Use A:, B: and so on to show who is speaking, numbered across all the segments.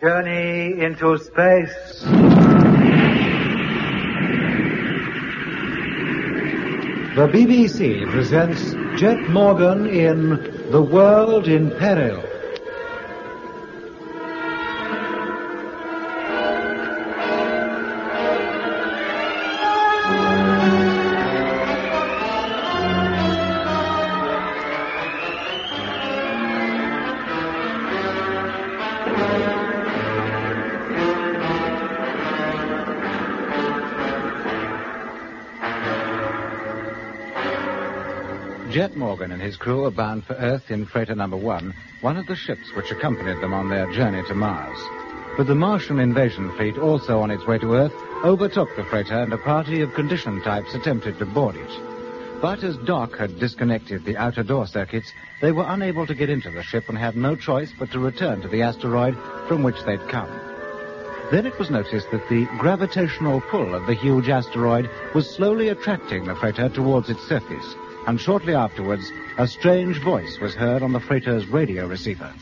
A: Journey into space.
B: The BBC presents Jet Morgan in The World in Peril. Jet Morgan and his crew are bound for Earth in freighter number one, one of the ships which accompanied them on their journey to Mars. But the Martian invasion fleet, also on its way to Earth, overtook the freighter and a party of condition types attempted to board it. But as Doc had disconnected the outer door circuits, they were unable to get into the ship and had no choice but to return to the asteroid from which they'd come. Then it was noticed that the gravitational pull of the huge asteroid was slowly attracting the freighter towards its surface, and shortly afterwards, a strange voice was heard on the freighter's radio receiver.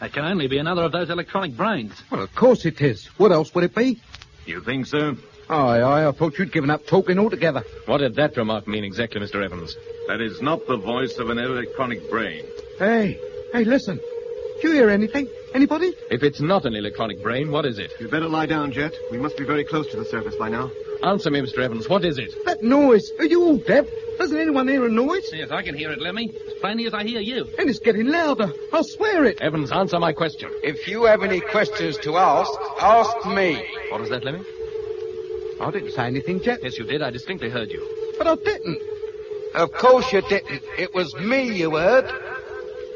C: That can only be another of those electronic brains.
D: Well, of course it is. What else would it be?
E: You think so?
D: Aye, aye, I thought you'd given up talking altogether.
F: What did that remark mean exactly, Mr. Evans?
E: That is not the voice of an electronic brain.
D: Hey, hey, listen. Do you hear anything? Anybody?
F: If it's not an electronic brain, what is it?
G: You'd better lie down, Jet. We must be very close to the surface by now.
F: Answer me, Mr. Evans. What is it?
D: That noise. Are you all deaf? Doesn't anyone hear a noise?
C: Yes, I can hear it, Lemmy. As plainly as I hear you.
D: And it's getting louder. I'll swear it.
F: Evans, answer my question.
H: If you have any questions to ask, ask me.
F: What is that, Lemmy?
D: I didn't say anything, Jet.
F: Yes, you did. I distinctly heard you.
D: But I didn't.
H: Of course you didn't. It was me you heard.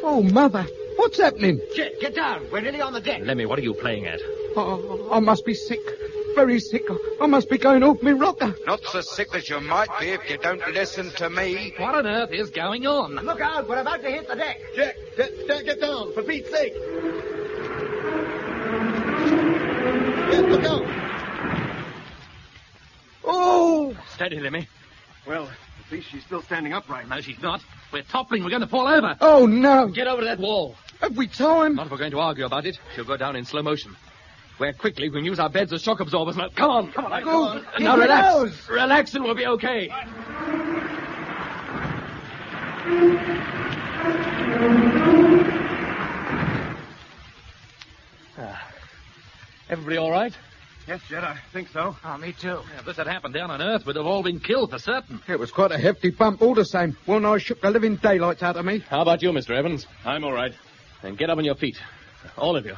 D: Oh, Mother. What's happening?
I: Jet, get down. We're nearly on the deck.
F: Lemmy, what are you playing at?
D: Oh, I must be sick. Very sick. I must be going off me rocker.
H: Not so sick as you might be if you don't listen to me.
C: What on earth is going on?
I: Look out. We're about to hit the deck.
G: Jet, Jet, Jet, get down, for Pete's sake. Jet, look out.
D: Oh!
C: Steady, Lemmy.
G: Well, at least she's still standing upright.
C: No, she's not. We're toppling. We're going to fall over.
D: Oh, no.
C: Get over to that wall.
D: Have we time?
C: Not if we're going to argue about it. She'll go down in slow motion. Where quickly we can use our beds as shock absorbers. Now, come on. Come on.
D: Go.
C: And now
D: Get
C: relax.
D: loose.
C: Relax and we'll be okay. Ah. Everybody all right?
G: Yes, Jet, I think so.
I: Oh, me too.
C: Yeah, if this had happened down on Earth, we'd have all been killed for certain.
D: It was quite a hefty bump all the same. Well, I shook the living daylights out of me.
F: How about you, Mr. Evans?
E: I'm all right.
F: Then get up on your feet. All of you.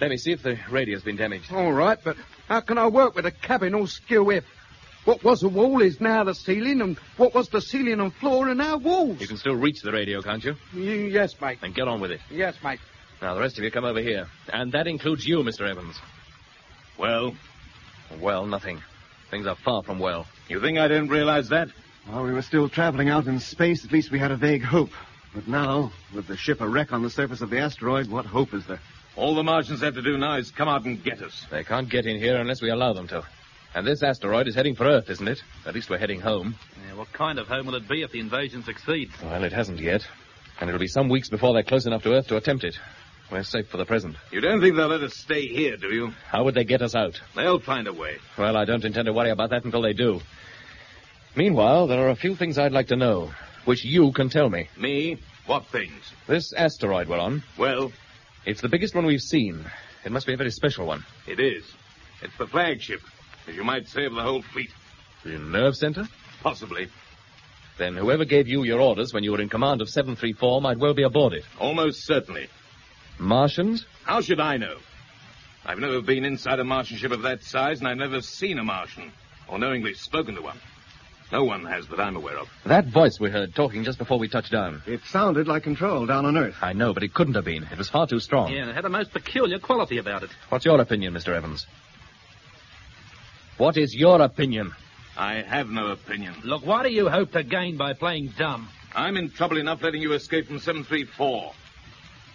F: Lemmy, see if the radio's been damaged.
D: All right, but how can I work with a cabin all skew if? What was a wall is now the ceiling, and what was the ceiling and floor are now walls.
F: You can still reach the radio, can't you?
D: Y- yes, mate.
F: Then get on with it.
D: Yes, mate.
F: Now, the rest of you come over here. And that includes you, Mr. Evans.
E: Well,
F: Well, nothing. Things are far from well.
E: you think I didn't realize that?
G: While we were still traveling out in space, at least we had a vague hope. But now, with the ship a wreck on the surface of the asteroid, what hope is there?
E: All the Martians have to do now is come out and get us.
F: They can't get in here unless we allow them to. And this asteroid is heading for Earth, isn't it? At least we're heading home.
C: Yeah, what kind of home will it be if the invasion succeeds?
F: Well, it hasn't yet. And it'll be some weeks before they're close enough to Earth to attempt it. We're safe for the present.
E: You don't think they'll let us stay here, do you?
F: How would they get us out?
E: They'll find a way.
F: Well, I don't intend to worry about that until they do. Meanwhile, there are a few things I'd like to know, which you can tell me.
E: Me? What things?
F: This asteroid we're on,
E: Well,
F: it's the biggest one we've seen. It must be a very special one.
E: it is. It's the flagship, as you might say, of the whole fleet.
F: The nerve center?
E: Possibly.
F: Then whoever gave you your orders when you were in command of 734 might well be aboard it.
E: Almost certainly.
F: Martians?
E: How should I know? I've never been inside a Martian ship of that size, and I've never seen a Martian, or knowingly spoken to one. No one has that I'm aware of.
F: That voice we heard talking just before we touched down.
G: It sounded like control down on Earth.
F: I know, but it couldn't have been. It was far too strong.
C: Yeah, and it had a most peculiar quality about it.
F: What's your opinion, Mr. Evans? What is your opinion?
E: I have no opinion.
C: Look, what do you hope to gain by playing dumb?
E: I'm in trouble enough letting you escape from 734.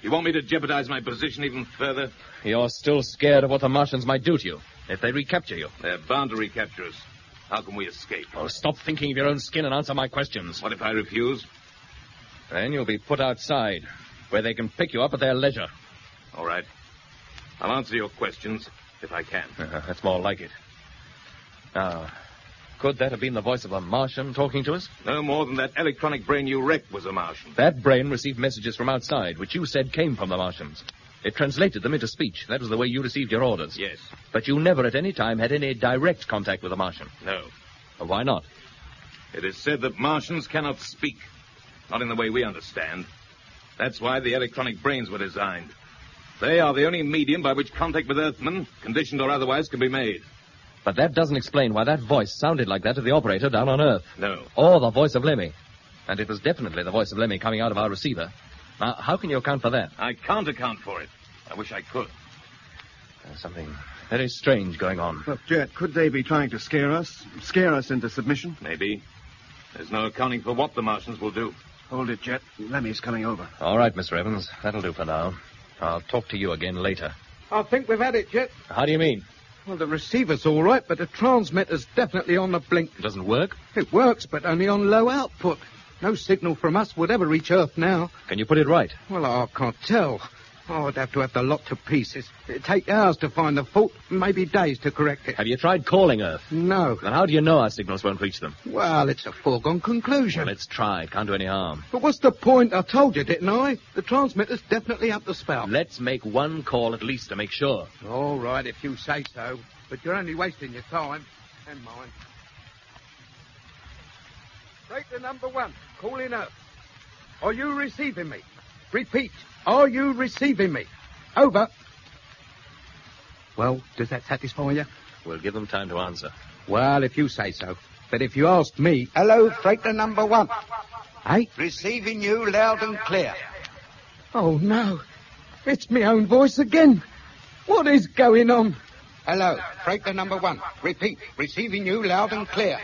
E: You want me to jeopardize my position even further?
F: You're still scared of what the Martians might do to you if they recapture you.
E: They're bound to recapture us. How can we escape?
F: Oh, stop thinking of your own skin and answer my questions.
E: What if I refuse?
F: Then you'll be put outside, where they can pick you up at their leisure.
E: All right. I'll answer your questions if I can.
F: Uh, that's more like it. Now, could that have been the voice of a Martian talking to us?
E: No more than that electronic brain you wrecked was a Martian.
F: That brain received messages from outside, which you said came from the Martians. It translated them into speech. That was the way you received your orders.
E: Yes.
F: But you never at any time had any direct contact with a Martian.
E: No.
F: Uh, Why not?
E: It is said that Martians cannot speak. Not in the way we understand. That's why the electronic brains were designed. They are the only medium by which contact with Earthmen, conditioned or otherwise, can be made.
F: But that doesn't explain why that voice sounded like that of the operator down on Earth.
E: No.
F: Or the voice of Lemmy. And it was definitely the voice of Lemmy coming out of our receiver. Now, how can you account for that?
E: I can't account for it. I wish I could.
F: There's something very strange going on.
G: Look, Jet, could they be trying to scare us? Scare us into submission?
E: Maybe. There's no accounting for what the Martians will do.
G: Hold it, Jet. Lemmy's coming over.
F: All right, Mr. Evans. That'll do for now. I'll talk to you again later.
H: I think we've had it, Jet.
F: How do you mean?
H: Well, the receiver's all right, but the transmitter's definitely on the blink.
F: It doesn't work?
H: It works, but only on low output. No signal from us would ever reach Earth now.
F: Can you put it right?
H: Well, I can't tell. Oh, I'd have to have the lot to pieces. It'd take hours to find the fault, maybe days to correct it.
F: Have you tried calling Earth?
H: No.
F: Then how do you know our signals won't reach them?
H: Well, it's a foregone conclusion.
F: Well, let's try. It can't do any harm.
H: But what's the point? I told you, didn't I? The transmitter's definitely up the spout.
F: Let's make one call at least to make sure.
H: All right, if you say so. But you're only wasting your time and mine. Break the number one. Calling up. Are you receiving me? Repeat. Are you receiving me? Over. Well, does that satisfy you?
F: We'll give them time to answer.
H: Well, if you say so. But if you asked me. Hello, freighter number one. Hey?
J: Receiving you loud and clear.
H: Oh, no. It's my own voice again. What is going on?
J: Hello, freighter number one. Repeat, receiving you loud and clear.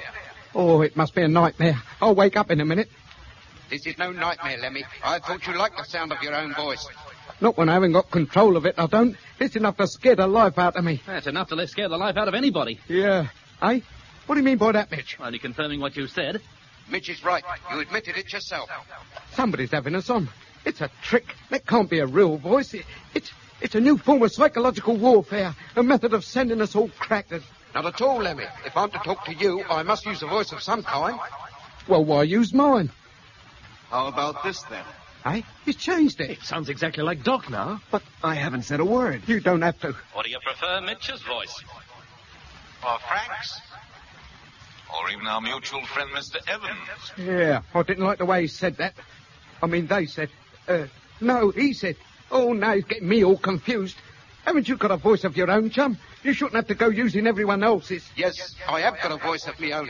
H: Oh, it must be a nightmare. I'll wake up in a minute.
J: This is no nightmare, Lemmy. I thought you liked the sound of your own voice.
H: Not when I haven't got control of it, I don't. It's enough to scare the life out of me.
C: That's enough to let scare the life out of anybody.
H: Yeah. Eh? What do you mean by that, Mitch?
C: Only confirming what you said.
J: Mitch is right. You admitted it yourself.
H: Somebody's having us on. It's a trick. That can't be a real voice. It, it's, it's a new form of psychological warfare, a method of sending us all crackers.
J: Not at all, Lemmy. If I'm to talk to you, I must use a voice of some kind.
H: Well, why use mine?
J: How about this, then?
H: Eh? You changed it.
C: Sounds exactly like Doc now.
G: But I haven't said a word.
H: You don't have to.
K: Or do you prefer Mitch's voice?
J: Or Frank's?
K: Or even our mutual friend, Mr. Evans?
H: Yeah, I didn't like the way he said that. I mean, they said. Uh, no, he said. Oh, now he's getting me all confused. Haven't you got a voice of your own, chum? You shouldn't have to go using everyone else's.
J: Yes, I have got a voice of my own.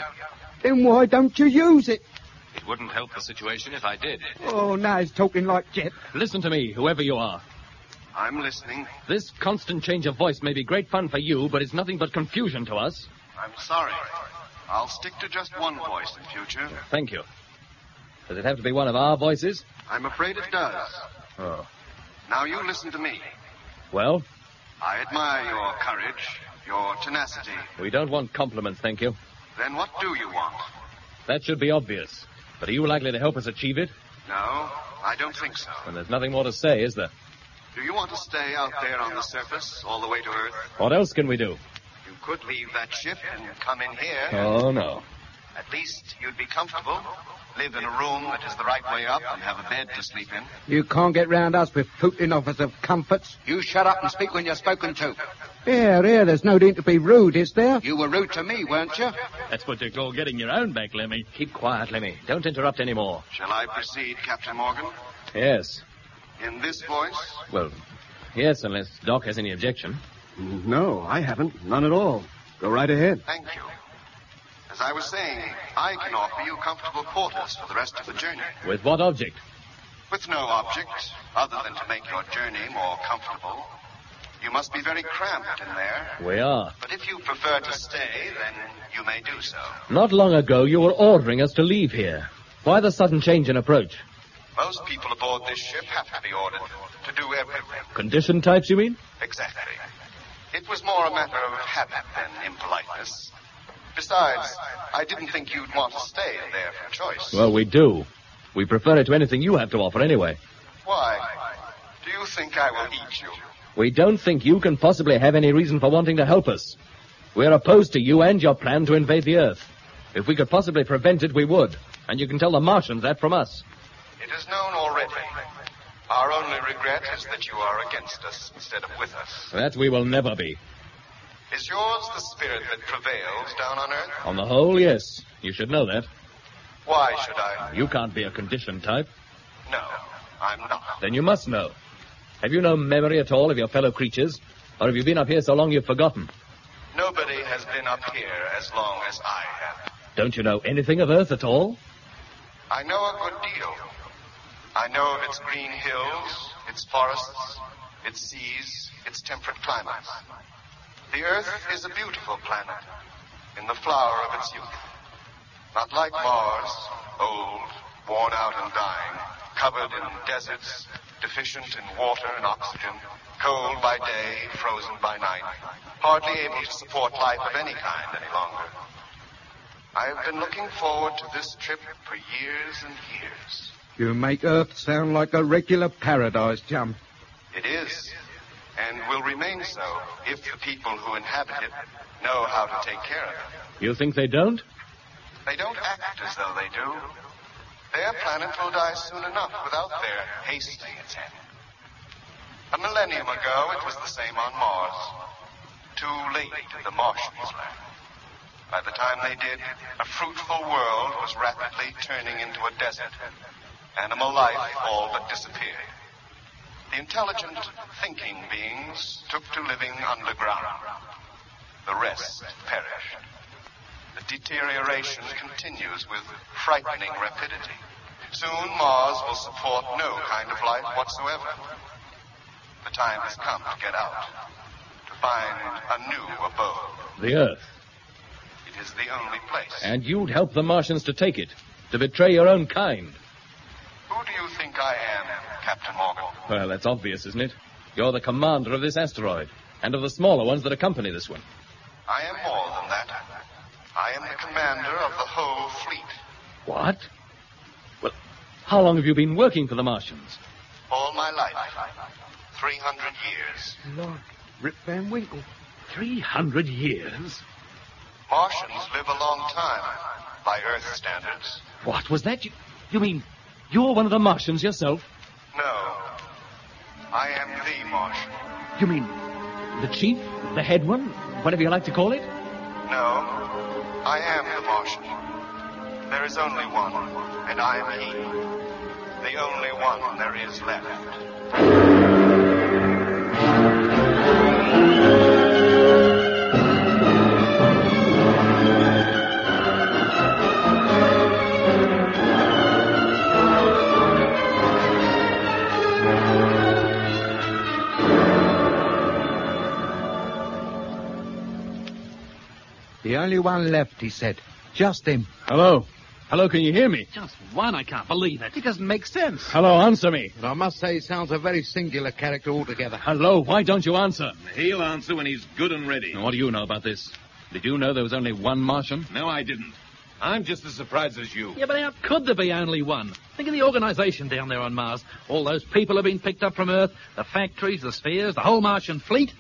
H: Then why don't you use it?
K: It wouldn't help the situation if I did.
H: Oh, now he's talking like Jet.
F: Listen to me, whoever you are.
J: I'm listening.
F: This constant change of voice may be great fun for you, but it's nothing but confusion to us.
J: I'm sorry. I'll stick to just one voice in future.
F: Thank you. Does it have to be one of our voices?
J: I'm afraid it does.
F: Oh.
J: Now you listen to me.
F: Well,
J: I admire your courage, your tenacity.
F: we don't want compliments, thank you.
J: Then what do you want?
F: That should be obvious. But are you likely to help us achieve it?
J: No, I don't think so.
F: And there's nothing more to say, is there?
J: Do you want to stay out there on the surface, all the way to Earth?
F: What else can we do?
J: You could leave that ship and come in here.
F: Oh, no.
J: At least you'd be comfortable. Live in a room that is the right way up and have a bed to sleep in.
H: You can't get round us with Putin offers of comforts.
J: You shut up and speak when you're spoken to.
H: Here, here, there's no need to be rude, is there?
J: You were rude to me, weren't you?
C: That's what you call getting your own back, Lemmy.
F: Keep quiet, Lemmy. Don't interrupt any more.
J: Shall I proceed, Captain Morgan?
F: Yes.
J: In this voice?
F: Well, yes, unless Doc has any objection.
G: No, I haven't. None at all. Go right ahead.
J: Thank you. As I was saying, I can offer you comfortable quarters for the rest of the journey.
F: With what object?
J: With no object other than to make your journey more comfortable. You must be very cramped in there.
F: We are.
J: But if you prefer to stay, then you may do so.
F: Not long ago, you were ordering us to leave here. Why the sudden change in approach?
J: Most people aboard this ship have to be ordered to do everything.
F: Condition types, you mean?
J: Exactly. It was more a matter of habit than impoliteness. Besides, I didn't think you'd want to stay there from choice.
F: Well, we do. We prefer it to anything you have to offer, anyway.
J: Why? Do you think I will eat you?
F: We don't think you can possibly have any reason for wanting to help us. We're opposed to you and your plan to invade the Earth. If we could possibly prevent it, we would. And you can tell the Martians that from us.
J: It is known already. Our only regret is that you are against us instead of with us.
F: That we will never be.
J: Is yours the spirit that prevails down on Earth?
F: On the whole, yes. You should know that.
J: Why should I?
F: You can't be a conditioned type.
J: No, I'm not.
F: Then you must know. Have you no memory at all of your fellow creatures? Or have you been up here so long you've forgotten?
J: Nobody has been up here as long as I have.
F: Don't you know anything of Earth at all?
J: I know a good deal. I know of its green hills, its forests, its seas, its temperate climates. The Earth is a beautiful planet, in the flower of its youth. Not like Mars, old, worn out and dying, covered in deserts, deficient in water and oxygen, cold by day, frozen by night, hardly able to support life of any kind any longer. I have been looking forward to this trip for years and years.
H: You make Earth sound like a regular paradise, chum.
J: It is, and will remain so if the people who inhabit it know how to take care of it.
F: You think they don't?
J: They don't act as though they do. Their planet will die soon enough without their hastening its end. A millennium ago, it was the same on Mars. Too late did the Martians learn. By the time they did, a fruitful world was rapidly turning into a desert. Animal life all but disappeared. The intelligent, thinking beings took to living underground. The rest perished. The deterioration continues with frightening rapidity. Soon Mars will support no kind of life whatsoever. The time has come to get out, to find a new abode.
F: The Earth.
J: It is the only place.
F: And you'd help the Martians to take it, to betray your own kind.
J: Who do you think I am, Captain Morgan?
F: Well, that's obvious, isn't it? You're the commander of this asteroid, and of the smaller ones that accompany this one.
J: I am more than that. I am the commander of the whole fleet.
F: What? Well, how long have you been working for the Martians?
J: All my life. 300 years.
H: Lord, Rip Van Winkle.
F: Three hundred years?
J: Martians live a long time by Earth standards.
F: What was that? You, you mean you're one of the Martians yourself?
J: No. I am the Martian.
F: You mean the chief? The head one? Whatever you like to call it?
J: No. I am the Martian. There is only one, and I am he. The only one there is left.
H: The only one left, he said. Just him.
F: Hello? Hello, can you hear me?
C: Just one, I can't believe it. It doesn't make sense.
F: Hello, answer me.
H: But I must say, he sounds a very singular character altogether.
F: Hello, why don't you answer?
E: He'll answer when he's good and ready.
F: What do you know about this? Did you know there was only one Martian?
E: No, I didn't. I'm just as surprised as you.
C: Yeah, but how could there be only one? Think of the organization down there on Mars. All those people have been picked up from Earth, the factories, the spheres, the whole Martian fleet.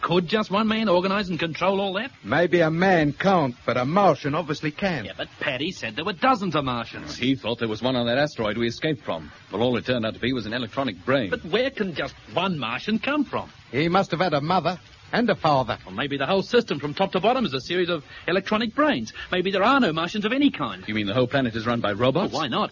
C: Could just one man organize and control all that?
H: Maybe a man can't, but a Martian obviously can.
C: Yeah, but Paddy said there were dozens of Martians.
F: He thought there was one on that asteroid we escaped from. Well, all it turned out to be was an electronic brain.
C: But where can just one Martian come from?
H: He must have had a mother and a father.
C: Or maybe the whole system from top to bottom is a series of electronic brains. Maybe there are no Martians of any kind.
F: You mean the whole planet is run by robots?
C: Why not?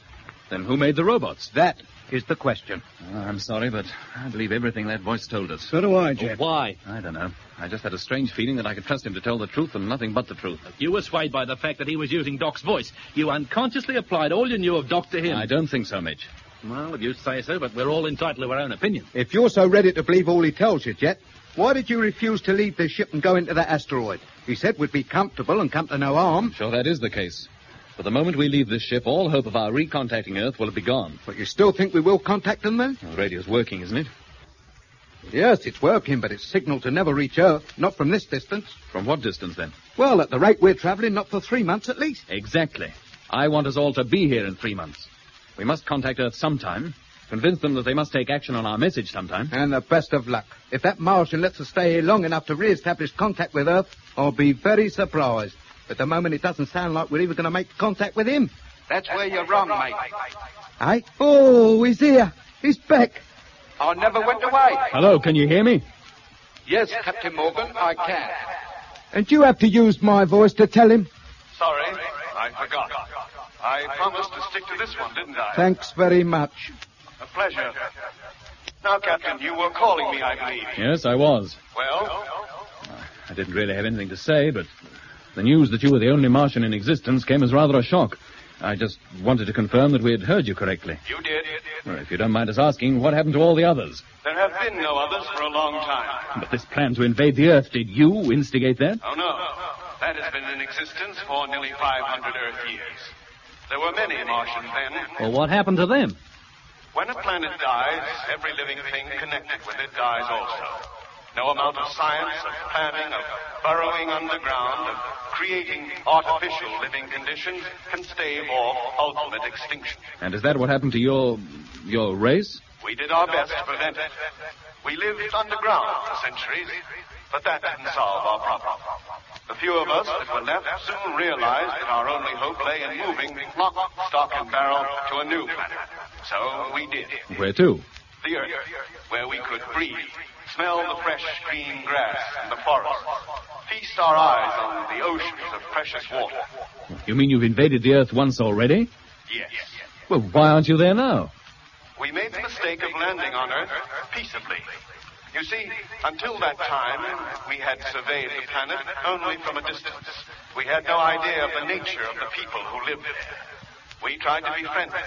F: Then who made the robots?
L: That is the question.
F: Oh, I'm sorry, but I believe everything that voice told us.
L: So do I, Jeff.
C: Why?
F: I don't know. I just had a strange feeling that I could trust him to tell the truth and nothing but the truth.
C: You were swayed by the fact that he was using Doc's voice. You unconsciously applied all you knew of Doc to him.
F: I don't think so, Midge.
C: Well, if you say so, but we're all entitled to our own opinion.
H: If you're so ready to believe all he tells you, Jet, why did you refuse to leave the ship and go into that asteroid? He said we'd be comfortable and come to no harm.
F: Sure, that is the case. But the moment we leave this ship, all hope of our recontacting Earth will be gone.
H: But you still think we will contact them then?
F: The radio's working, isn't it?
H: Yes, it's working, but its signal to never reach Earth, not from this distance.
F: From what distance, then?
H: Well, at the rate we're traveling, not for three months at least.
F: Exactly. I want us all to be here in three months. We must contact Earth sometime, convince them that they must take action on our message sometime.
H: And the best of luck. If that Martian lets us stay here long enough to re-establish contact with Earth, I'll be very surprised. At the moment, it doesn't sound like we're even going to make contact with him.
M: That's where you're wrong, mate.
H: Eh? Oh, he's here. He's back.
M: I never went away.
F: Hello, can you hear me?
M: Yes, Captain Morgan, I can.
H: And you have to use my voice to tell him.
M: Sorry, I forgot. I promised to stick to this one, didn't I?
H: Thanks very much.
M: A pleasure. Now, Captain, you were calling me, I believe.
F: Yes, I was.
M: Well,
F: I didn't really have anything to say, but the news that you were the only Martian in existence came as rather a shock. I just wanted to confirm that we had heard you correctly.
M: you did.
F: Well, if you don't mind us asking, what happened to all the others?
M: There have been no others for a long time.
F: But this plan to invade the Earth, did you instigate that?
M: Oh, no. That has been in existence for nearly 500 Earth years. There were many Martians then.
C: Well, what happened to them?
M: When a planet dies, every living thing connected with it dies also. No amount of science, of planning, of burrowing underground, of creating artificial living conditions can stave off ultimate extinction.
F: And is that what happened to your your race?
M: We did our best to prevent it. We lived underground for centuries, but that didn't solve our problem. The few of us that were left soon realized that our only hope lay in moving lock, stock, and barrel to a new planet. So we did.
F: Where to?
M: The earth, where we could breathe, smell the fresh green grass and the forest, feast our eyes on the oceans of precious water.
F: You mean you've invaded the Earth once already?
M: Yes.
F: Well, why aren't you there now?
M: We made the mistake of landing on Earth peaceably. You see, until that time, we had surveyed the planet only from a distance. We had no idea of the nature of the people who lived there. We tried to be friendly,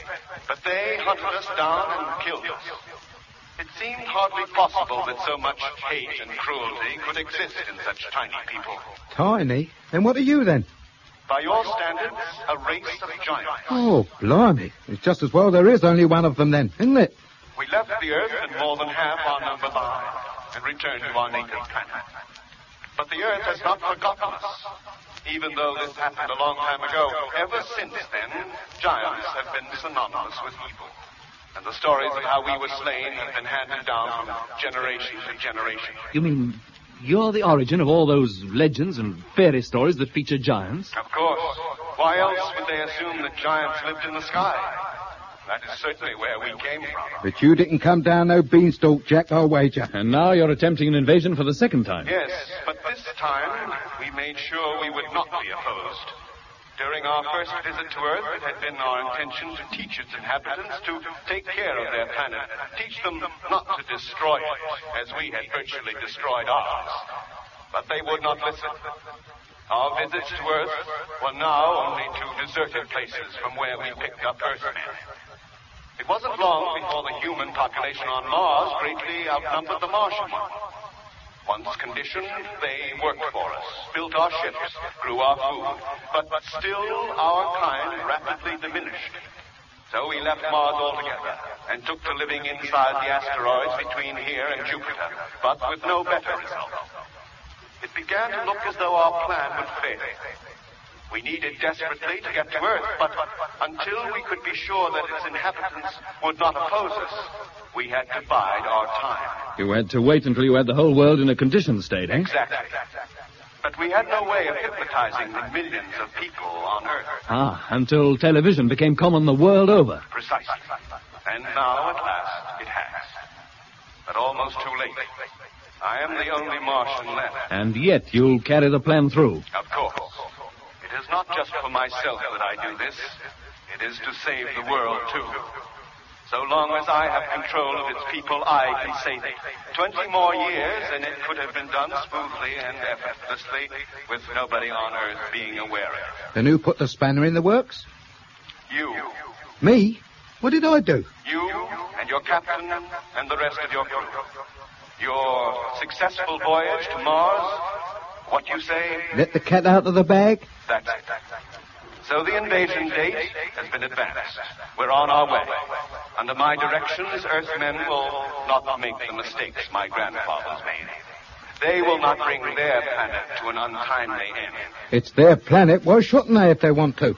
M: but they hunted us down and killed us. It seemed hardly possible that so much hate and cruelty could exist in such tiny people.
H: Tiny? Then what are you then?
M: By your standards, a race of giants.
H: Oh, blimey. It's just as well there is only one of them then, isn't it?
M: We left the Earth and more than half our number died and returned to our native planet. But the Earth has not forgotten us. Even though this happened a long time ago, ever since then, giants have been synonymous with evil. And the stories of how we were slain have been handed down from generation to generation.
F: You mean you're the origin of all those legends and fairy stories that feature giants?
M: Of course. Why else would they assume that giants lived in the sky? That is certainly where we came from.
H: But you didn't come down no beanstalk, Jack, I'll wager.
F: And now you're attempting an invasion for the second time.
M: Yes, but this time we made sure we would not be opposed. During our first visit to Earth, it had been our intention to teach its inhabitants to take care of their planet, teach them not to destroy it, as we had virtually destroyed ours. But they would not listen. Our visits to Earth were now only to deserted places from where we picked up Earthmen. It wasn't long before the human population on Mars greatly outnumbered the Martian one. Once conditioned, they worked for us, built our ships, grew our food, but, but still our kind rapidly diminished. So we left Mars altogether and took to living inside the asteroids between here and Jupiter, but with no better result. It began to look as though our plan would fail. We needed desperately to get to Earth, but until we could be sure that its inhabitants would not oppose us, we had to bide our time.
F: You had to wait until you had the whole world in a conditioned state, eh?
M: Exactly. But we had no way of hypnotizing the millions of people on Earth.
F: Ah, until television became common the world over.
M: Precisely. And now, at last, it has. But almost too late. I am the only Martian left.
F: And yet you'll carry the plan through.
M: Of course. It is not just for myself that I do this. It is to save the world, too. So long as I have control of its people, I can save it. Twenty more years, and it could have been done smoothly and effortlessly, with nobody on Earth being aware of it.
H: Then who put the spanner in the works?
M: You.
H: Me? What did I do?
M: You and your captain and the rest of your crew. Your successful voyage to Mars, what you say,
H: Let the cat out of the bag?
M: That's it. So the invasion date has been advanced. We're on our way. Under my directions, Earthmen will not make the mistakes my grandfathers made. They will not bring their planet to an untimely end.
H: It's their planet. Why shouldn't they if they want to?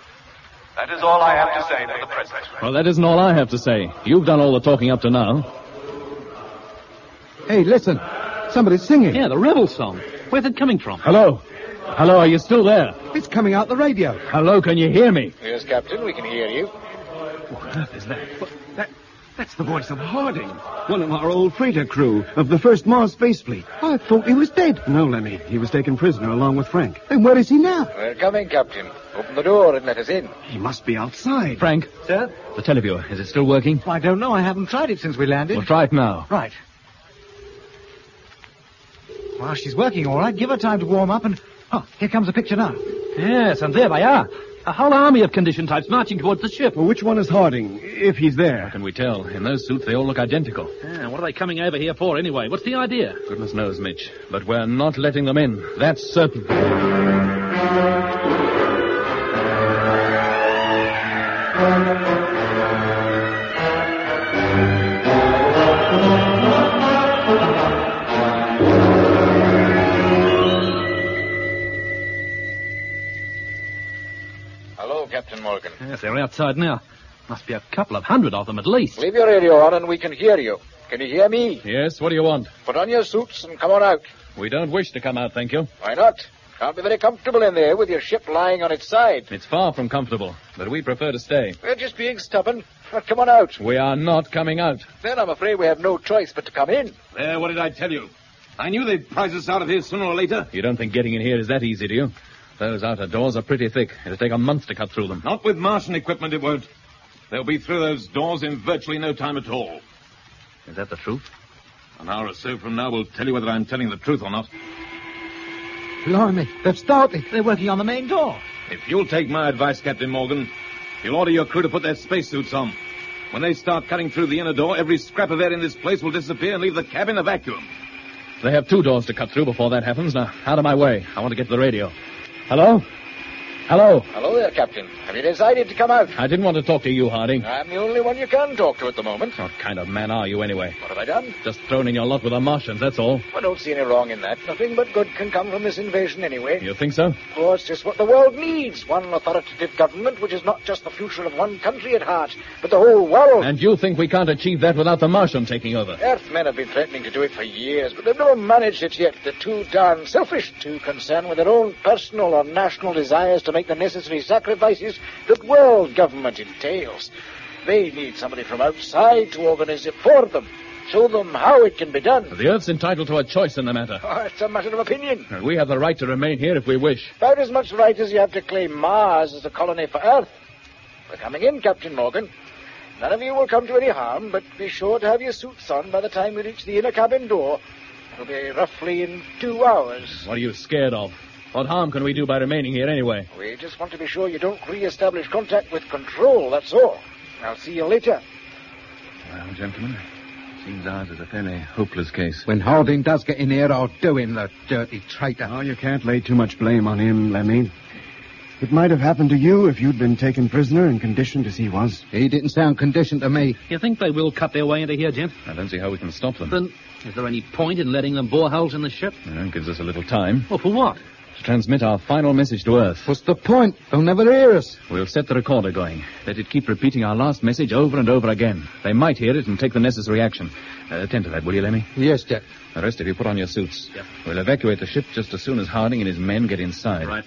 M: That is all I have to say for the present.
F: Well, that isn't all I have to say. You've done all the talking up to now.
H: Hey, listen.
N: Somebody's singing.
F: Yeah, the rebel song. Where's it coming from?
N: Hello? Hello, are you still there? It's coming out the radio. Hello, can you hear me?
B: Yes, Captain, we can hear you.
N: What on earth is that? that that's the voice of Harding, one of our old freighter crew of the first Mars space fleet. I thought he was dead.
O: No, Lemmy. He was taken prisoner along with Frank.
N: Then where is he now?
B: We're coming, Captain. Open the door and let us in.
O: He must be outside.
E: Frank,
H: Sir?
E: the televiewer, is it still working?
H: I don't know. I haven't tried it since we landed.
E: Well, try it now.
H: Right. Well, she's working all right. Give her time to warm up and... Oh, here comes a picture now.
F: Yes, and there they are. A whole army of condition types marching towards the ship.
O: Well, which one is Harding, if he's there?
E: Can we tell? In those suits, they all look identical.
F: Ah, what are they coming over here for anyway? What's the idea?
E: Goodness knows, Mitch. But we're not letting them in. That's certain.
B: Hello, Captain Morgan.
F: Yes, they're outside now. Must be a couple of hundred of them at least.
B: Leave your radio on and we can hear you. Can you hear me?
E: Yes, what do you want?
B: Put on your suits and come on out.
E: We don't wish to come out, thank you.
B: Why not? Can't be very comfortable in there with your ship lying on its side.
E: It's far from comfortable, but we prefer to stay.
B: We're just being stubborn. Well, come on out.
E: We are not coming out.
B: Then I'm afraid we have no choice but to come in.
P: There, Eh, what did I tell you? I knew they'd prize us out of here sooner or later.
E: You don't think getting in here is that easy, do you? Those outer doors are pretty thick. It'll take a month to cut through them.
P: Not with Martian equipment, it won't. They'll be through those doors in virtually no time at all.
E: Is that the truth?
P: An hour or so from now, we'll tell you whether I'm telling the truth or not.
Q: Blimey, they've started.
H: They're working on the main door.
P: If you'll take my advice, Captain Morgan, you'll order your crew to put their spacesuits on. When they start cutting through the inner door, every scrap of air in this place will disappear and leave the cabin a vacuum.
E: They have two doors to cut through before that happens. Now, out of my way. I want to get to the radio. Hello? Hello?
B: Hello there, Captain. Have you decided to come out?
E: I didn't want to talk to you, Harding.
B: I'm the only one you can talk to at the moment.
E: What kind of man are you, anyway?
B: What have I done?
E: Just thrown in your lot with the Martians, that's all.
B: I don't see any wrong in that. Nothing but good can come from this invasion anyway.
E: You think so?
B: Oh, it's just what the world needs. One authoritative government which is not just the future of one country at heart, but the whole world.
E: And you think we can't achieve that without the Martian taking over?
B: Earthmen have been threatening to do it for years, but they've never managed it yet. They're too darn selfish, too concerned with their own personal or national desires to make the necessary sacrifices that world government entails. They need somebody from outside to organize it for them, show them how it can be done.
E: The Earth's entitled to a choice in the matter.
B: Oh, it's a matter of opinion.
E: And we have the right to remain here if we wish.
B: About as much right as you have to claim Mars as a colony for Earth. We're coming in, Captain Morgan. None of you will come to any harm, but be sure to have your suits on by the time we reach the inner cabin door. It'll be roughly in two hours.
E: What are you scared of? What harm can we do by remaining here anyway?
B: We just want to be sure you don't re-establish contact with control, that's all. I'll see you later.
O: Well, gentlemen, seems ours is a fairly hopeless case.
Q: When Harding does get in here, I'll do him, the dirty traitor.
O: Oh, you can't lay too much blame on him, Lemmy. It might have happened to you if you'd been taken prisoner and conditioned as he was.
Q: He didn't sound conditioned to me.
F: You think they will cut their way into here, gent?
E: I don't see how we can stop them.
F: Then is there any point in letting them bore holes in the ship?
E: Well, it gives us a little time
F: Well, for what?
E: to transmit our final message to Earth.
Q: What's the point? They'll never hear us.
E: We'll set the recorder going. Let it keep repeating our last message over and over again. They might hear it and take the necessary action. Uh, attend to that, will you, Lemmy?
Q: Yes, Jack.
E: The rest of you put on your suits. We'll evacuate the ship just as soon as Harding and his men get inside.
F: Right.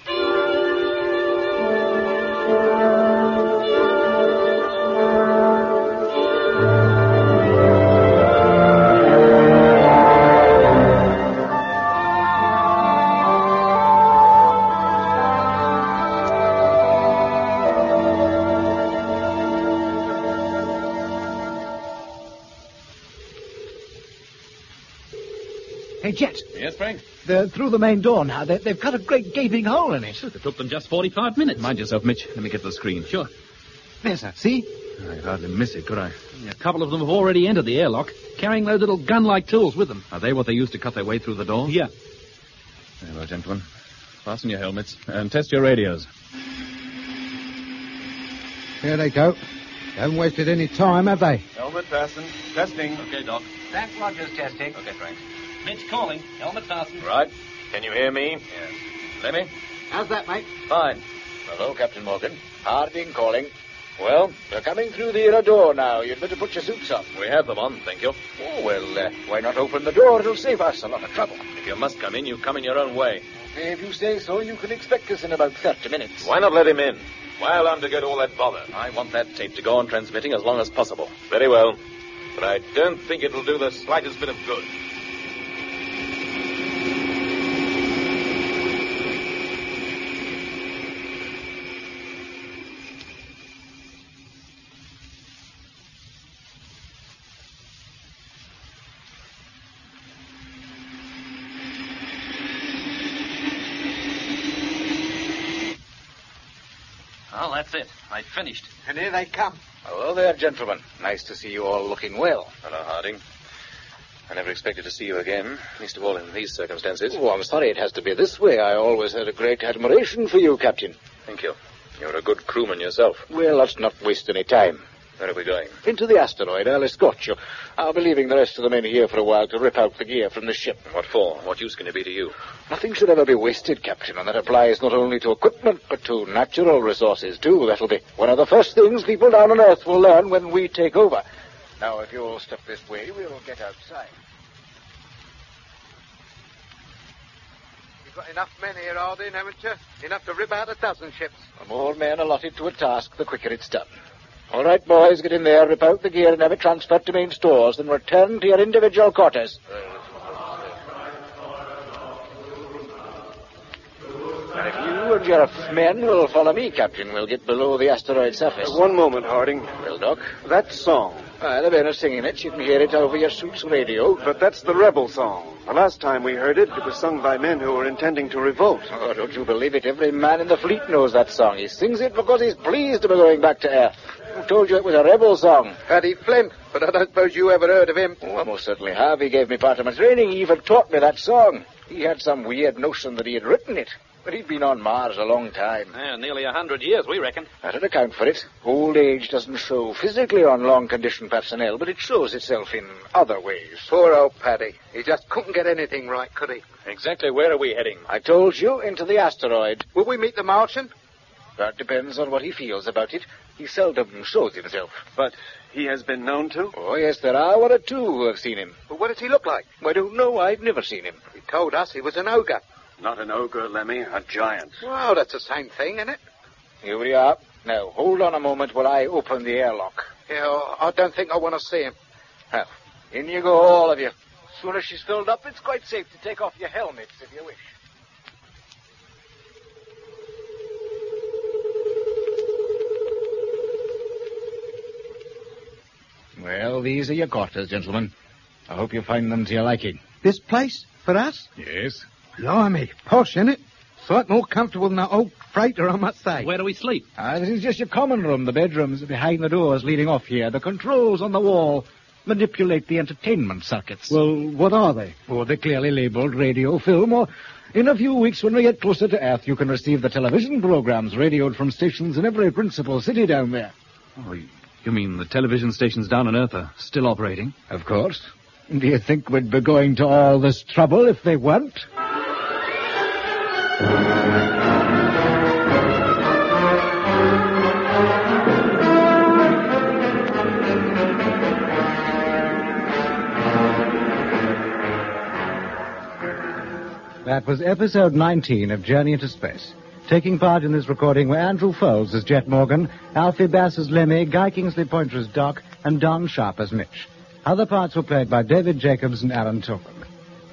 H: Hey, Jet,
E: Yes, Frank?
H: they're through the main door now. They, they've cut a great gaping hole in it.
F: It took them just 45 minutes.
E: Mind yourself, Mitch. Let me get the screen.
F: Sure.
H: There, sir. See?
E: I could hardly miss it, could I?
F: A couple of them have already entered the airlock, carrying those little gun-like tools with them.
E: Are they what they used to cut their way through the door?
F: Yeah.
E: Very well, gentlemen. Fasten your helmets and test your radios.
Q: Here they go. They haven't wasted any time, have they?
R: Helmet fastened. Testing.
S: Okay, Doc.
T: That's Rogers testing.
S: Okay, Frank.
F: Mitch calling. Helmet fastened.
S: Right. Can you hear me? Yes. Lemmy?
T: How's that, mate?
S: Fine.
B: Hello, Captain Morgan. Harding calling. Well, we're coming through the inner door now. You'd better put your suits on.
F: We have them on, thank you.
B: Oh, well, uh, why not open the door? It'll save us a lot of trouble.
F: If you must come in, you come in your own way.
B: If you say so, you can expect us in about 30 minutes.
K: Why not let him in? Why allow him to get all that bother?
F: I want that tape to go on transmitting as long as possible.
K: Very well. But I don't think it'll do the slightest bit of good.
C: Well, that's it. I finished.
B: And here they come. Hello there, gentlemen. Nice to see you all looking well.
F: Hello, Harding. I never expected to see you again, least of all in these circumstances.
B: Oh, I'm sorry it has to be this way. I always had a great admiration for you, Captain.
F: Thank you. You're a good crewman yourself.
B: Well, let's not waste any time.
F: Where are we going?
B: Into the asteroid. I'll escort you. I'll be leaving the rest of the men here for a while to rip out the gear from the ship.
F: What for? What use can it be to you?
B: Nothing should ever be wasted, Captain, and that applies not only to equipment, but to natural resources, too. That'll be one of the first things people down on Earth will learn when we take over. Now, if you'll step this way, we'll get outside.
H: You've got enough men here, Harding, haven't you? Enough to rip out a dozen ships.
B: The more men allotted to a task, the quicker it's done. All right, boys, get in there, rip out the gear, and have it transferred to main stores, then return to your individual quarters. And if you and your f- men will follow me, Captain, we'll get below the asteroid surface.
G: One moment, Harding.
B: Well, Doc,
G: That song.
B: uh, the men are singing it. You can hear it over your suit's radio.
G: But that's the rebel song. The last time we heard it, it was sung by men who were intending to revolt.
B: Oh, don't you believe it? Every man in the fleet knows that song. He sings it because he's pleased to be going back to Earth. Who told you it was a rebel song?
H: Paddy Flint, but I don't suppose you ever heard of him.
B: Oh, I most certainly have. He gave me part of my training. He even taught me that song. He had some weird notion that he had written it, but he'd been on Mars a long time.
C: Yeah, nearly a hundred years, we reckon.
B: That'd account for it. Old age doesn't show physically on long conditioned personnel, but it shows itself in other ways.
H: Poor old Paddy. He just couldn't get anything right, could he?
F: Exactly where are we heading?
B: I told you, into the asteroid.
H: Will we meet the Martian?
B: That depends on what he feels about it. He seldom shows himself.
G: But he has been known to?
B: Oh, yes, there are one or two who have seen him.
H: But what does he look like?
B: I don't know. I've never seen him.
H: He told us he was an ogre.
G: Not an ogre, Lemmy, a giant.
H: Well, that's the same thing, isn't it?
B: Here we are. Now, hold on a moment while I open the airlock.
H: Yeah, I don't think I want to see him.
B: Well, in you go, all of you. As soon as she's filled up, it's quite safe to take off your helmets if you wish.
L: Well, these are your quarters, gentlemen. I hope you find them to your liking.
H: This place? For us?
L: Yes.
H: Blimey, posh, isn't it? Sight more comfortable than that old freighter, I must say.
C: Where do we sleep?
L: Ah, this is just your common room. The bedrooms are behind the doors leading off here. The controls on the wall manipulate the entertainment circuits.
A: Well, what are they?
L: Well, they're clearly labeled radio, film, or in a few weeks when we get closer to Earth, you can receive the television programs radioed from stations in every principal city down there.
F: Oh, you mean the television stations down on Earth are still operating?
L: Of course. Do you think we'd be going to all this trouble if they weren't? That was episode 19 of Journey into Space. Taking part in this recording were Andrew Foles as Jet Morgan, Alfie Bass as Lemmy, Guy Kingsley Pointer as Doc, and Don Sharp as Mitch. Other parts were played by David Jacobs and Alan Tobin.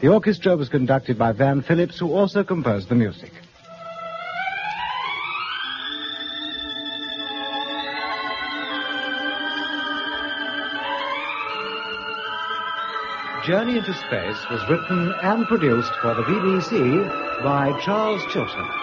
L: The orchestra was conducted by Van Phillips, who also composed the music. Journey into Space was written and produced for the BBC by Charles Chilton.